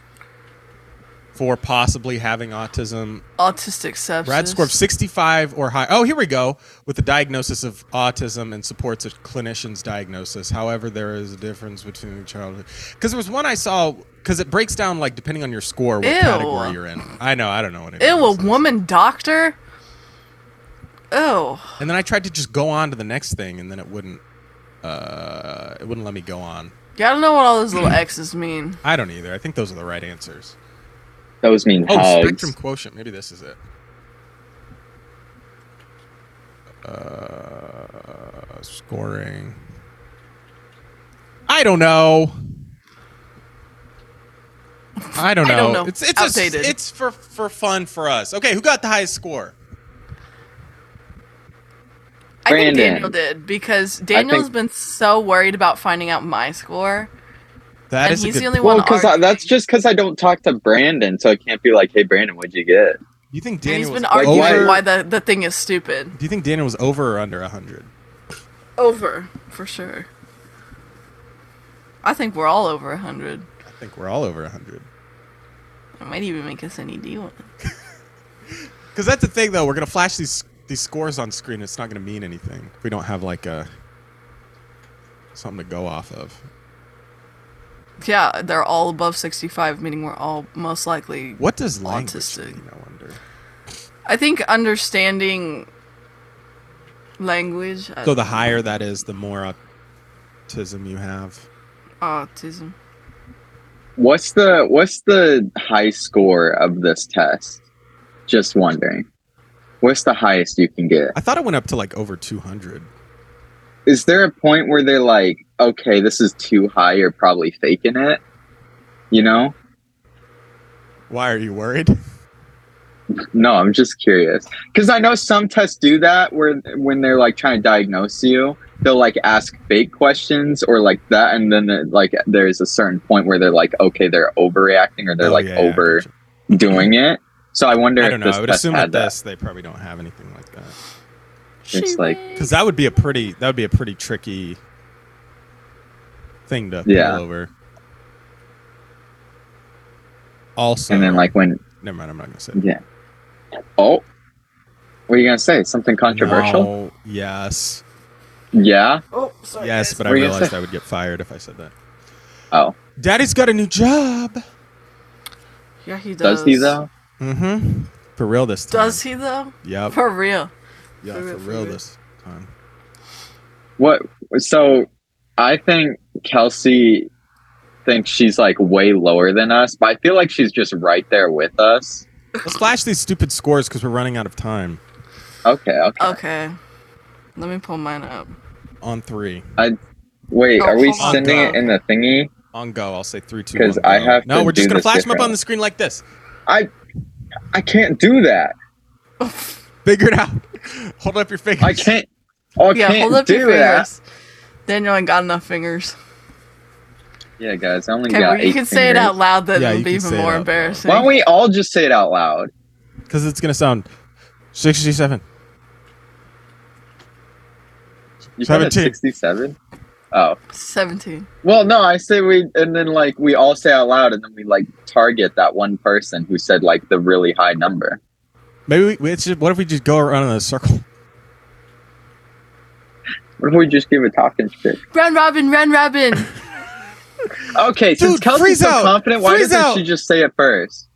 Speaker 1: for possibly having autism.
Speaker 3: Autistic sepsis.
Speaker 1: Brad score of 65 or high. Oh, here we go with the diagnosis of autism and supports a clinician's diagnosis. However, there is a difference between childhood because there was one I saw because it breaks down like depending on your score what
Speaker 3: Ew.
Speaker 1: category you're in. I know I don't know what it is.
Speaker 3: Ew, a woman doctor. Ew.
Speaker 1: And then I tried to just go on to the next thing, and then it wouldn't. Uh, it wouldn't let me go on.
Speaker 3: Yeah, I don't know what all those little X's mean.
Speaker 1: I don't either. I think those are the right answers.
Speaker 2: Those mean
Speaker 1: Oh,
Speaker 2: hugs.
Speaker 1: spectrum quotient. Maybe this is it. Uh, scoring. I don't know. I don't know.
Speaker 3: I don't know.
Speaker 1: It's it's a-
Speaker 3: Outdated.
Speaker 1: it's for for fun for us. Okay, who got the highest score?
Speaker 3: I think
Speaker 2: Brandon.
Speaker 3: Daniel did because Daniel's been so worried about finding out my score.
Speaker 1: That
Speaker 3: And
Speaker 1: is a
Speaker 3: he's
Speaker 1: good
Speaker 3: the only
Speaker 1: point.
Speaker 2: Well,
Speaker 3: one
Speaker 2: because
Speaker 3: already.
Speaker 2: that's just because I don't talk to Brandon, so I can't be like, "Hey, Brandon, what'd you get?"
Speaker 1: You think
Speaker 3: And
Speaker 1: Daniel
Speaker 3: he's been
Speaker 1: was
Speaker 3: arguing
Speaker 1: over?
Speaker 3: why the, the thing is stupid.
Speaker 1: Do you think Daniel was over or under hundred?
Speaker 3: Over, for sure. I think we're all over 100.
Speaker 1: I think we're all over hundred.
Speaker 3: It might even make us an ED one.
Speaker 1: Because that's the thing, though. We're gonna flash these these scores on screen. It's not gonna mean anything if we don't have like a something to go off of.
Speaker 3: Yeah, they're all above 65, meaning we're all most likely.
Speaker 1: What does language
Speaker 3: Autistic.
Speaker 1: mean? I wonder.
Speaker 3: I think understanding language. uh, I-
Speaker 1: So the higher that is, the more autism you have.
Speaker 3: autism.
Speaker 2: What's the what's the high score of this test? Just wondering. What's the highest you can get?
Speaker 1: I thought it went up to like over two hundred.
Speaker 2: Is there a point where they're like, "Okay, this is too high. You're probably faking it," you know?
Speaker 1: Why are you worried?
Speaker 2: No, I'm just curious because I know some tests do that where when they're like trying to diagnose you, they'll like ask fake questions or like that, and then it, like there's a certain point where they're like, okay, they're overreacting or they're
Speaker 1: Oh,
Speaker 2: like
Speaker 1: yeah, yeah, I gotcha.
Speaker 2: overdoing it. So I wonder
Speaker 1: I
Speaker 2: if
Speaker 1: don't know.
Speaker 2: this
Speaker 1: I would
Speaker 2: test
Speaker 1: assume
Speaker 2: had
Speaker 1: that
Speaker 2: that.
Speaker 1: this they probably don't have anything like that.
Speaker 2: It's like-
Speaker 1: Because that would be a pretty that would be a pretty tricky thing to pull
Speaker 2: Yeah.
Speaker 1: over. Also,
Speaker 2: And then like when
Speaker 1: never mind. I'm not gonna say.
Speaker 2: yeah, oh, what are you gonna say? Something controversial?
Speaker 1: No, yes,
Speaker 2: Yeah.
Speaker 3: Oh, sorry.
Speaker 1: yes,
Speaker 3: guys.
Speaker 1: but I
Speaker 2: Were you gonna
Speaker 1: realized
Speaker 2: say-
Speaker 1: I would get fired if I said that.
Speaker 2: Oh,
Speaker 1: Daddy's got a new job.
Speaker 3: Yeah, he does.
Speaker 2: does, he though?
Speaker 1: Mm-hmm. For real this time.
Speaker 3: Does he though?
Speaker 1: Yep.
Speaker 3: For real.
Speaker 1: yeah,
Speaker 3: for
Speaker 1: for,
Speaker 3: real, for
Speaker 1: real
Speaker 3: real.
Speaker 1: this time.
Speaker 2: What? So, I think Kelsey thinks she's like way lower than us, but I feel like she's just right there with us.
Speaker 1: Let's flash these stupid scores because we're running out of time.
Speaker 2: Okay. Okay.
Speaker 3: Okay. Let me pull mine up.
Speaker 1: On three,
Speaker 2: Wait,
Speaker 3: Oh,
Speaker 2: are we
Speaker 3: hold on,
Speaker 2: sending
Speaker 1: no.
Speaker 2: it in the thingy?
Speaker 1: on go. I'll say three, two,
Speaker 2: 'Cause
Speaker 1: one,
Speaker 2: I
Speaker 1: go.
Speaker 2: have
Speaker 1: No,
Speaker 2: to
Speaker 1: we're just
Speaker 2: do
Speaker 1: gonna
Speaker 2: this
Speaker 1: flash them up
Speaker 2: different.
Speaker 1: on the screen like this.
Speaker 2: I can't do that.
Speaker 1: Figure it out. Hold up your fingers.
Speaker 2: I can't. Oh, I
Speaker 3: yeah,
Speaker 2: can't
Speaker 3: hold up
Speaker 2: do
Speaker 3: your
Speaker 2: that.
Speaker 3: fingers. Daniel ain't got enough fingers.
Speaker 2: Yeah, guys, I only
Speaker 3: Okay,
Speaker 2: got
Speaker 3: well, you
Speaker 2: eight
Speaker 3: can say it
Speaker 2: fingers.
Speaker 3: out loud. Then
Speaker 1: Yeah,
Speaker 3: it'll
Speaker 1: you
Speaker 3: be
Speaker 1: can say it
Speaker 3: even
Speaker 1: out
Speaker 3: more
Speaker 1: loud.
Speaker 3: embarrassing.
Speaker 2: Why don't we all just say it out loud?
Speaker 1: Because it's gonna sound sixty-seven.
Speaker 2: You said it's
Speaker 1: Seventeen.
Speaker 2: sixty-seven. Oh,
Speaker 3: Seventeen.
Speaker 2: well, no, I say we, and then like we all say out loud, and then we like target that one person who said like the really high number.
Speaker 1: Maybe we, we should, what if we just go around in a circle?
Speaker 2: What if we just give a talking stick?
Speaker 3: Ren Robin, Ren Robin.
Speaker 2: Okay, since
Speaker 1: Dude,
Speaker 2: Kelsey's
Speaker 1: freeze
Speaker 2: so
Speaker 1: out!
Speaker 2: confident, why
Speaker 1: Freeze
Speaker 2: doesn't
Speaker 1: out!
Speaker 2: she just say it first?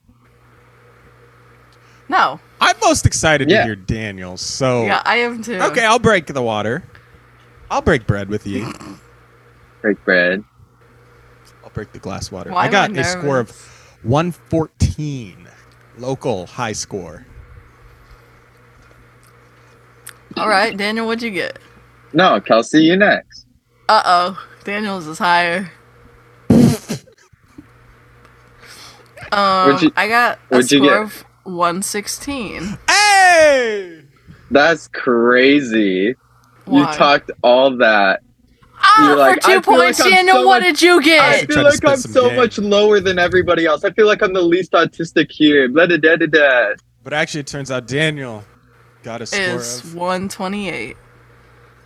Speaker 3: No.
Speaker 1: I'm most excited
Speaker 2: Yeah.
Speaker 1: to hear Daniels. So
Speaker 3: Yeah, I am too.
Speaker 1: Oh. okay, I'll break the water. I'll break bread with you.
Speaker 2: Break bread.
Speaker 1: I'll break the glass water.
Speaker 3: Why
Speaker 1: I
Speaker 3: am
Speaker 1: got
Speaker 3: I
Speaker 1: a score of
Speaker 3: nervous?
Speaker 1: 114, local high score.
Speaker 3: All right, Daniel, what'd you get?
Speaker 2: No, Kelsey, you next.
Speaker 3: Uh oh, Daniel's is higher. um,
Speaker 2: What'd you-
Speaker 3: I got a
Speaker 2: what'd
Speaker 3: score
Speaker 2: you get?
Speaker 3: of 116.
Speaker 1: Hey!
Speaker 2: That's crazy.
Speaker 3: Why?
Speaker 2: You talked all that.
Speaker 3: ah,
Speaker 2: you're like,
Speaker 3: for two
Speaker 2: I feel
Speaker 3: points,
Speaker 2: like I'm
Speaker 3: Daniel,
Speaker 2: so
Speaker 3: what
Speaker 2: much-
Speaker 3: did you
Speaker 2: I
Speaker 1: should
Speaker 3: get?
Speaker 1: try
Speaker 2: feel
Speaker 1: to
Speaker 2: like
Speaker 1: spit
Speaker 2: I'm
Speaker 1: some
Speaker 2: so
Speaker 1: game.
Speaker 2: much lower than everybody else. I feel like I'm the least autistic here. Blah da da da da.
Speaker 1: But actually, it turns out Daniel got a score
Speaker 3: Is
Speaker 1: of
Speaker 3: 128.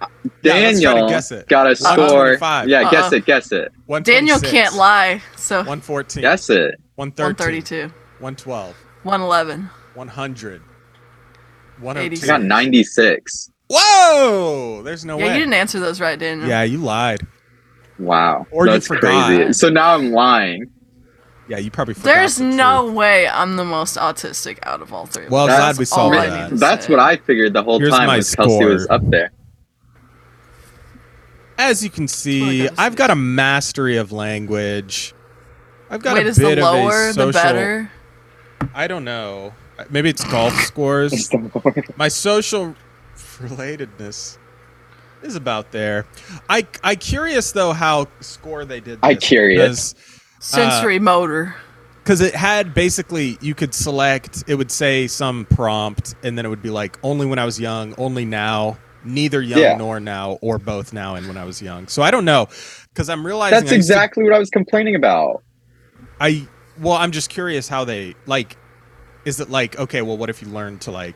Speaker 1: Yeah, let's try to
Speaker 2: Daniel
Speaker 1: guess it. Uh-huh.
Speaker 2: got a score.
Speaker 1: 125.
Speaker 2: Yeah, guess
Speaker 3: Uh-uh.
Speaker 2: it, guess it,
Speaker 1: 126,
Speaker 3: Daniel can't lie, so
Speaker 1: 114,
Speaker 2: guess it.
Speaker 1: 113,
Speaker 3: 132,
Speaker 1: 112,
Speaker 3: 111.
Speaker 1: 100
Speaker 2: I
Speaker 1: 102.
Speaker 2: got 96.
Speaker 1: Whoa! There's no
Speaker 3: yeah,
Speaker 1: way.
Speaker 3: you didn't answer those right, Daniel.
Speaker 1: yeah, you lied.
Speaker 2: Wow,
Speaker 1: Or you
Speaker 2: that's
Speaker 1: forgot.
Speaker 2: crazy. So now I'm lying.
Speaker 1: Yeah, you probably forgot.
Speaker 3: There's
Speaker 1: the
Speaker 3: no
Speaker 1: truth.
Speaker 3: way I'm the most autistic out of all three. of
Speaker 1: Well,
Speaker 3: us.
Speaker 2: glad
Speaker 3: That's
Speaker 1: we
Speaker 3: all
Speaker 1: solved
Speaker 3: I
Speaker 1: that.
Speaker 3: need to
Speaker 2: That's
Speaker 3: say.
Speaker 2: what I figured the whole
Speaker 1: Here's
Speaker 2: time
Speaker 1: my
Speaker 2: was Kelsey was
Speaker 1: score.
Speaker 2: up there.
Speaker 1: As you can see,
Speaker 3: Oh my God,
Speaker 1: I've got a mastery of language. I've got
Speaker 3: Wait,
Speaker 1: a
Speaker 3: is the
Speaker 1: bit
Speaker 3: lower
Speaker 1: of a social.
Speaker 3: the better?
Speaker 1: I don't know. Maybe it's golf scores. My social relatedness is about there. I I curious though how score they did. This
Speaker 2: I curious.
Speaker 1: uh,
Speaker 3: Sensory motor.
Speaker 1: because it had basically you could select. It would say some prompt, and then it would be like only when I was young, only now, neither young
Speaker 2: Yeah.
Speaker 1: nor now, or both now and when I was young. So I don't know because I'm realizing
Speaker 2: That's
Speaker 1: I used to-
Speaker 2: exactly what I was complaining about.
Speaker 1: I well, I'm just curious how they like. Is it like okay? Well, what if you learn to like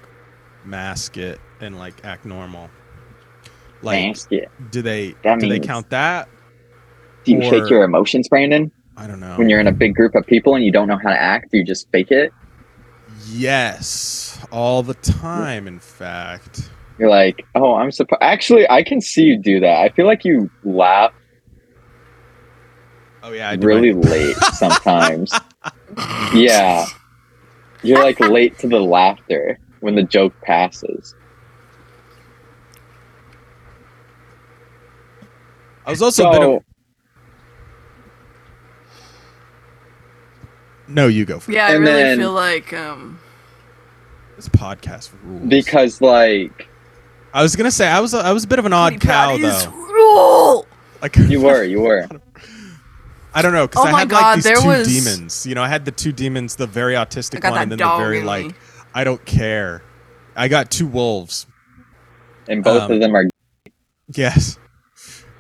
Speaker 1: mask it and like act normal? Like,
Speaker 2: Ask it.
Speaker 1: do they
Speaker 2: That
Speaker 1: do they
Speaker 2: means-
Speaker 1: count that?
Speaker 2: Do you
Speaker 1: Or-
Speaker 2: shake your emotions, Brandon?
Speaker 1: I don't know.
Speaker 2: When you're in a big group of people and you don't know how to act, you just fake it.
Speaker 1: yes, all the time. In fact,
Speaker 2: You're like, oh, I'm surprised. Actually, I can see you do that. I feel like you laugh
Speaker 1: oh yeah, I do
Speaker 2: really
Speaker 1: my-
Speaker 2: late sometimes. yeah. You're like late to the laughter when the joke passes.
Speaker 1: I was also a bit
Speaker 2: So,
Speaker 1: of, no. You go for
Speaker 3: Yeah, I
Speaker 2: And
Speaker 3: really
Speaker 2: then-
Speaker 3: feel like um
Speaker 1: it. this podcast rules.
Speaker 2: because, like,
Speaker 1: I was gonna say I was a, I was a bit of an odd
Speaker 3: Pretty
Speaker 1: cow
Speaker 3: Patties
Speaker 1: though.
Speaker 3: rule.
Speaker 1: Like
Speaker 2: you were, you were.
Speaker 1: I don't know because
Speaker 3: Oh
Speaker 1: I
Speaker 3: my
Speaker 1: had
Speaker 3: God,
Speaker 1: like these
Speaker 3: there
Speaker 1: two
Speaker 3: was-
Speaker 1: demons. You know, I had the two demons, the very
Speaker 3: I
Speaker 1: autistic
Speaker 3: got
Speaker 1: one, and
Speaker 3: that
Speaker 1: then
Speaker 3: dog
Speaker 1: the very
Speaker 3: in me.
Speaker 1: like I don't care. I got two wolves.
Speaker 2: And both
Speaker 1: Um,
Speaker 2: of them are.
Speaker 1: Yes,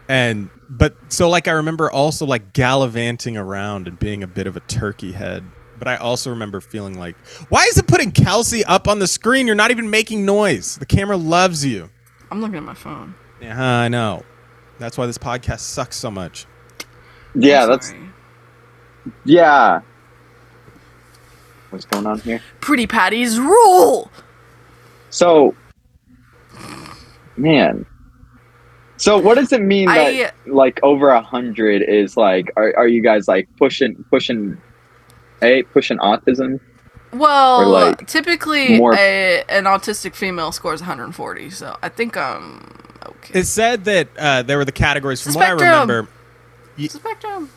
Speaker 1: and but so like I remember also like gallivanting around and being a bit of a turkey head. But I also remember feeling like, why is it putting Kelsey up on the screen? You're not even making noise. The camera loves you.
Speaker 3: I'm looking at my phone.
Speaker 1: Yeah, I know. That's why this podcast sucks so much.
Speaker 2: Yeah,
Speaker 3: I'm
Speaker 2: that's.
Speaker 3: sorry.
Speaker 2: Yeah. What's going on here?
Speaker 3: Pretty Patties rule.
Speaker 2: So, man. So what does it mean that like over a hundred is like? Are, are you guys like pushing pushing? A pushing autism.
Speaker 3: Well,
Speaker 2: like,
Speaker 3: typically
Speaker 2: more-
Speaker 3: a, an autistic female scores 140, so I think um okay.
Speaker 1: It said that uh, there were the categories. From what
Speaker 3: Spectrum.
Speaker 1: I remember,
Speaker 3: spectrum.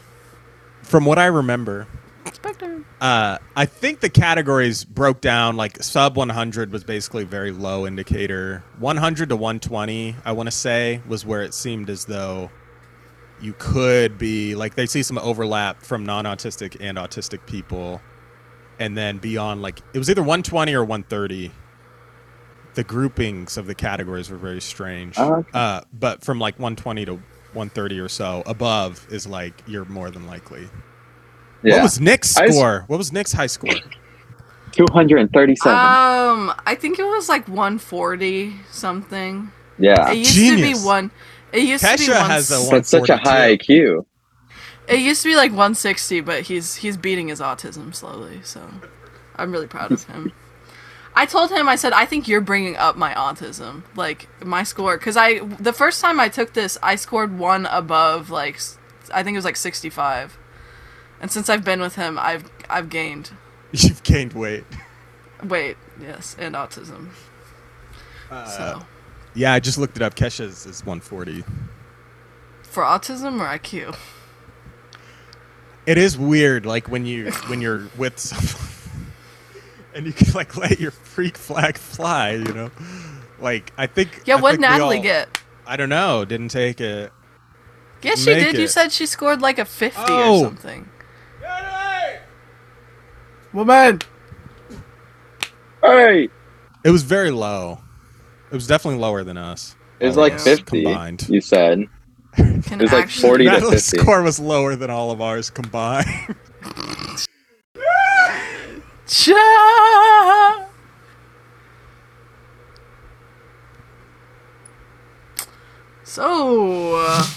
Speaker 1: from what I remember,
Speaker 3: Spectrum.
Speaker 1: uh, I think the categories broke down like sub 100 was basically very low indicator. 100 to 120, I want to say, was where it seemed as though you could be like they see some overlap from non-autistic and autistic people, and then beyond like it was either 120 or 130. The groupings of the categories were very strange.
Speaker 2: Oh, okay.
Speaker 1: Uh, but from like 120 to 130 or so above is like you're more than likely what
Speaker 2: Yeah,
Speaker 1: was Nick's
Speaker 2: I just-
Speaker 1: score? what was Nick's high score?
Speaker 2: two hundred and thirty-seven.
Speaker 3: Um, I think it was like 140 something.
Speaker 2: yeah,
Speaker 3: It used to
Speaker 1: Genius.
Speaker 3: be one. It used to be
Speaker 1: Kesha
Speaker 3: one.
Speaker 1: has a
Speaker 2: that's such a
Speaker 1: 142.
Speaker 2: high IQ.
Speaker 3: It used to be like 160, but he's he's beating his autism slowly. So I'm really proud of him. I told him, I said, I think you're bringing up my autism, like my score, because I the first time I took this, I scored one above, like s- I think it was like 65, and since I've been with him, I've I've gained
Speaker 1: You've gained weight.
Speaker 3: weight, yes, and autism.
Speaker 1: Uh,
Speaker 3: so
Speaker 1: Yeah, I just looked it up. Kesha's is 140.
Speaker 3: for autism or IQ,
Speaker 1: It is weird, like when you when you're with someone, and you can like let your freak flag fly. You know, like I think.
Speaker 3: yeah.
Speaker 1: I
Speaker 3: What
Speaker 1: think
Speaker 3: did
Speaker 1: we
Speaker 3: Natalie
Speaker 1: all-
Speaker 3: get?
Speaker 1: I don't know. Didn't take it.
Speaker 3: Yes, she
Speaker 1: Make
Speaker 3: did. You
Speaker 1: it.
Speaker 3: said she scored like a 50
Speaker 1: Oh.
Speaker 3: or something. Woman!
Speaker 2: Alright.
Speaker 1: It was very low. It was definitely lower than us.
Speaker 2: It was
Speaker 1: All of
Speaker 2: like
Speaker 1: us
Speaker 2: 50,
Speaker 1: Oh, combined.
Speaker 2: you said.
Speaker 3: Can
Speaker 2: It was like
Speaker 3: actually-
Speaker 2: 40 to
Speaker 1: Natalie's
Speaker 2: 50.
Speaker 1: score was lower than all of ours combined.
Speaker 3: Ja- So, uh,